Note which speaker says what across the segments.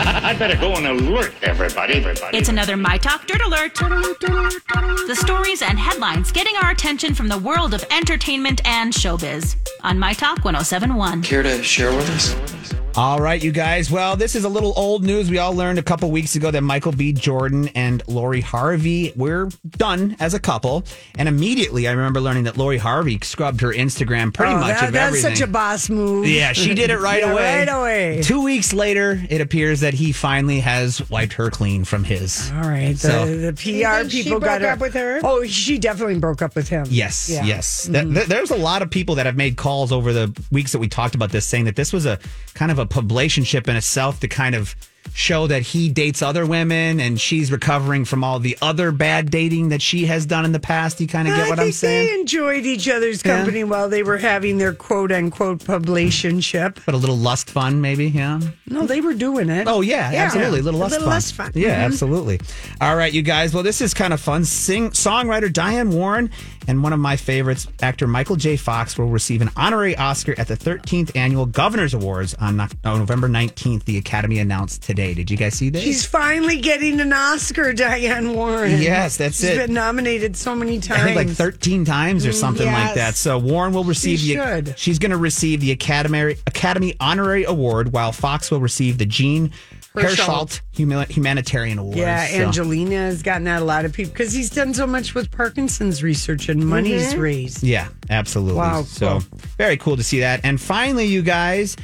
Speaker 1: I'd better go and alert everybody, everybody.
Speaker 2: It's another My Talk Dirt Alert. The stories and headlines getting our attention from the world of entertainment and showbiz on My Talk 1071.
Speaker 3: Care to share with us?
Speaker 4: All right, you guys. Well, this is a little old news. We all learned a couple weeks ago that Michael B. Jordan and Lori Harvey were done as a couple. And immediately I remember learning that Lori Harvey scrubbed her Instagram pretty
Speaker 5: Oh,
Speaker 4: much
Speaker 5: that-
Speaker 4: of
Speaker 5: that's
Speaker 4: everything.
Speaker 5: such a boss move.
Speaker 4: Yeah, she did it right
Speaker 5: Yeah,
Speaker 4: away.
Speaker 5: Right away.
Speaker 4: Two weeks later, it appears that he finally has wiped her clean from his.
Speaker 5: All right. The,
Speaker 4: So-
Speaker 5: the PR
Speaker 6: think she
Speaker 5: people got
Speaker 6: broke up with her?
Speaker 5: Oh, she definitely broke up with him.
Speaker 4: Yes,
Speaker 5: Yeah. Mm.
Speaker 4: yes. Th- th- there's a lot of people that have made calls over the weeks that we talked about this, saying that this was a kind of a publicationship in itself to kind of show that he dates other women and she's recovering from all the other bad dating that she has done in the past. You kind of
Speaker 5: I
Speaker 4: get what
Speaker 5: think
Speaker 4: I'm saying?
Speaker 5: They enjoyed each other's company while they were having their quote unquote publicationship.
Speaker 4: But a little lust fun, maybe, yeah.
Speaker 5: No, they were doing it.
Speaker 4: Oh yeah, absolutely. A little
Speaker 6: A
Speaker 4: less
Speaker 6: little
Speaker 4: fun.
Speaker 6: less fun.
Speaker 5: Mm-hmm.
Speaker 4: Yeah, absolutely. All right, you guys. Well, this is kind of fun. Sing songwriter Diane Warren and one of my favorites, actor Michael J. Fox, will receive an honorary Oscar at the 13th annual Governors Awards on Noc- on November 19th. The Academy announced today. Did you guys see this?
Speaker 5: She's finally getting an Oscar, Diane Warren.
Speaker 4: Yes, that's
Speaker 5: She's
Speaker 4: it.
Speaker 5: been nominated so many times.
Speaker 4: I think like 13 times or something like
Speaker 5: Mm, yes.
Speaker 4: that. So Warren will receive
Speaker 5: She
Speaker 4: the
Speaker 5: should.
Speaker 4: she's going to receive the Academy Academy Honorary Award while Fox will receive the Gene Herschelt Humil- Humanitarian Award.
Speaker 5: Yeah,
Speaker 4: So-
Speaker 5: Angelina has gotten that a lot of people because he's done so much with Parkinson's research and money's raised.
Speaker 4: Yeah, absolutely.
Speaker 5: Wow,
Speaker 4: So
Speaker 5: cool.
Speaker 4: very cool to see that. And finally, you guys,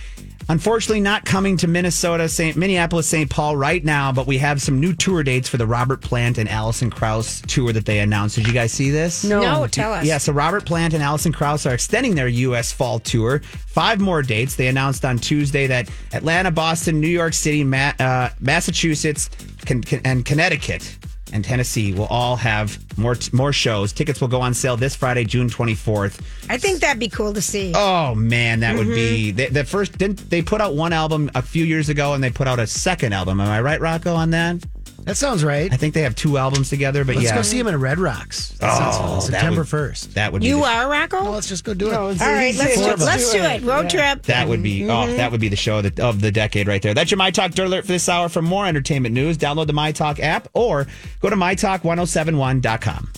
Speaker 4: unfortunately not coming to Minnesota, St. Minneapolis, St. Paul right now, but we have some new tour dates for the Robert Plant and Allison Krauss tour that they announced. Did you guys see this?
Speaker 5: No.
Speaker 6: No, tell us.
Speaker 4: Yeah, so Robert Plant and Allison Krauss are extending their U.S. fall tour. Five more dates. They announced on Tuesday that Atlanta, Boston, New York City, Ma- uh, Massachusetts, Con- Con- and Connecticut and Tennessee will all have more t- more shows. Tickets will go on sale this Friday, June 24th.
Speaker 6: I think that'd be cool to see.
Speaker 4: Oh man, that would be
Speaker 6: Mm-hmm.
Speaker 4: the, the first. Didn't they put out one album a few years ago, and they put out a second album? Am I right, Rocco, on that?
Speaker 7: That sounds right.
Speaker 4: I think they have two albums together, but
Speaker 7: Let's
Speaker 4: yeah,
Speaker 7: go see him in Red Rocks. That sounds fun.
Speaker 4: that
Speaker 7: September
Speaker 4: would-
Speaker 7: 1st.
Speaker 4: that would be
Speaker 6: you
Speaker 4: the-
Speaker 6: are
Speaker 7: Well,
Speaker 6: Rocco.
Speaker 7: let's just go do it.
Speaker 6: All right, let's do
Speaker 7: four
Speaker 6: it.
Speaker 7: of us.
Speaker 6: Let's do it. Road trip.
Speaker 4: That would be oh, that would be the show that, of the decade right there. That's your My Talk Dirt Alert for this oh hour. For more entertainment news, download the My Talk app or go to mytalk1071.com.